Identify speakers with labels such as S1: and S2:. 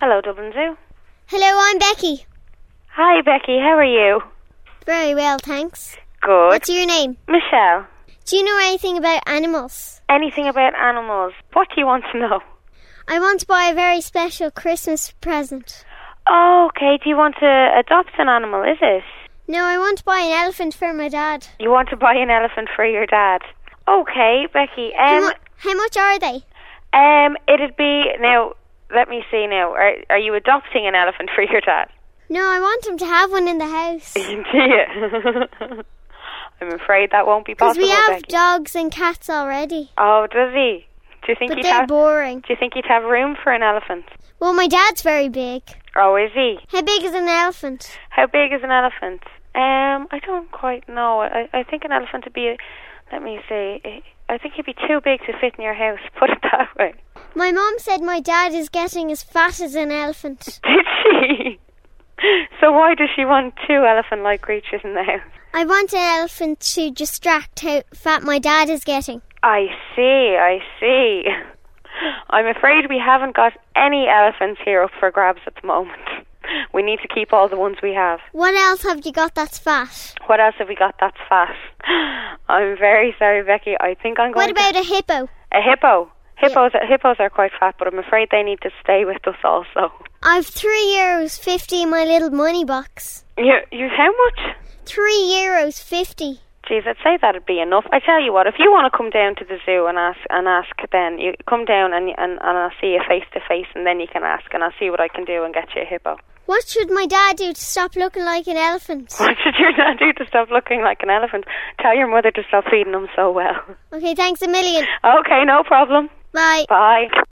S1: Hello, Dublin Zoo.
S2: Hello, I'm Becky.
S1: Hi, Becky. How are you?
S2: Very well, thanks.
S1: Good.
S2: What's your name?
S1: Michelle,
S2: Do you know anything about animals?
S1: anything about animals? What do you want to know?
S2: I want to buy a very special Christmas present.
S1: Oh, okay. Do you want to adopt an animal, is it?
S2: No, I want to buy an elephant for my dad.
S1: You want to buy an elephant for your dad? Okay, Becky.
S2: How,
S1: Um,
S2: mu- how much are they?
S1: um, it'd be now. Let me see now. Are, are you adopting an elephant for your dad?
S2: No, I want him to have one in the house.
S1: Do you? I'm afraid that won't be
S2: Because
S1: possible,
S2: we have
S1: Becky.
S2: dogs and cats already,
S1: oh, does he? Do you think
S2: but
S1: he'd
S2: they're
S1: have?
S2: boring.
S1: do you think he'd have room for an elephant?
S2: Well, my dad's very big.
S1: Oh, is he?
S2: How big is an elephant?
S1: How big is an elephant? Um, I don't quite know. I, I think an elephant would be, let me see, I think he'd be too big to fit in your house, put it that way.
S2: My mom said my dad is getting as fat as an elephant.
S1: Did she? So why does she want two elephant-like creatures in the house?
S2: I want an elephant to distract how fat my dad is getting.
S1: I see, I see. I'm afraid we haven't got any elephants here up for grabs at the moment. We need to keep all the ones we have.
S2: What else have you got that's fat?
S1: What else have we got that's fat? I'm very sorry, Becky. I think I'm going to...
S2: What about a hippo?
S1: A hippo. Hippos, hippos are quite fat, but I'm afraid they need to stay with us also.
S2: I've three euros fifty in my little money box.
S1: You, you, how much?
S2: Three euros fifty.
S1: Geez, I'd say that'd be enough. I tell you what, if you want to come down to the zoo and ask and ask, then you come down and and, and I'll see you face to face, and then you can ask, and I'll see what I can do and get you a hippo.
S2: What should my dad do to stop looking like an elephant?
S1: What should your dad do to stop looking like an elephant? Tell your mother to stop feeding them so well.
S2: Okay, thanks a million.
S1: Okay, no problem.
S2: Bye.
S1: Bye.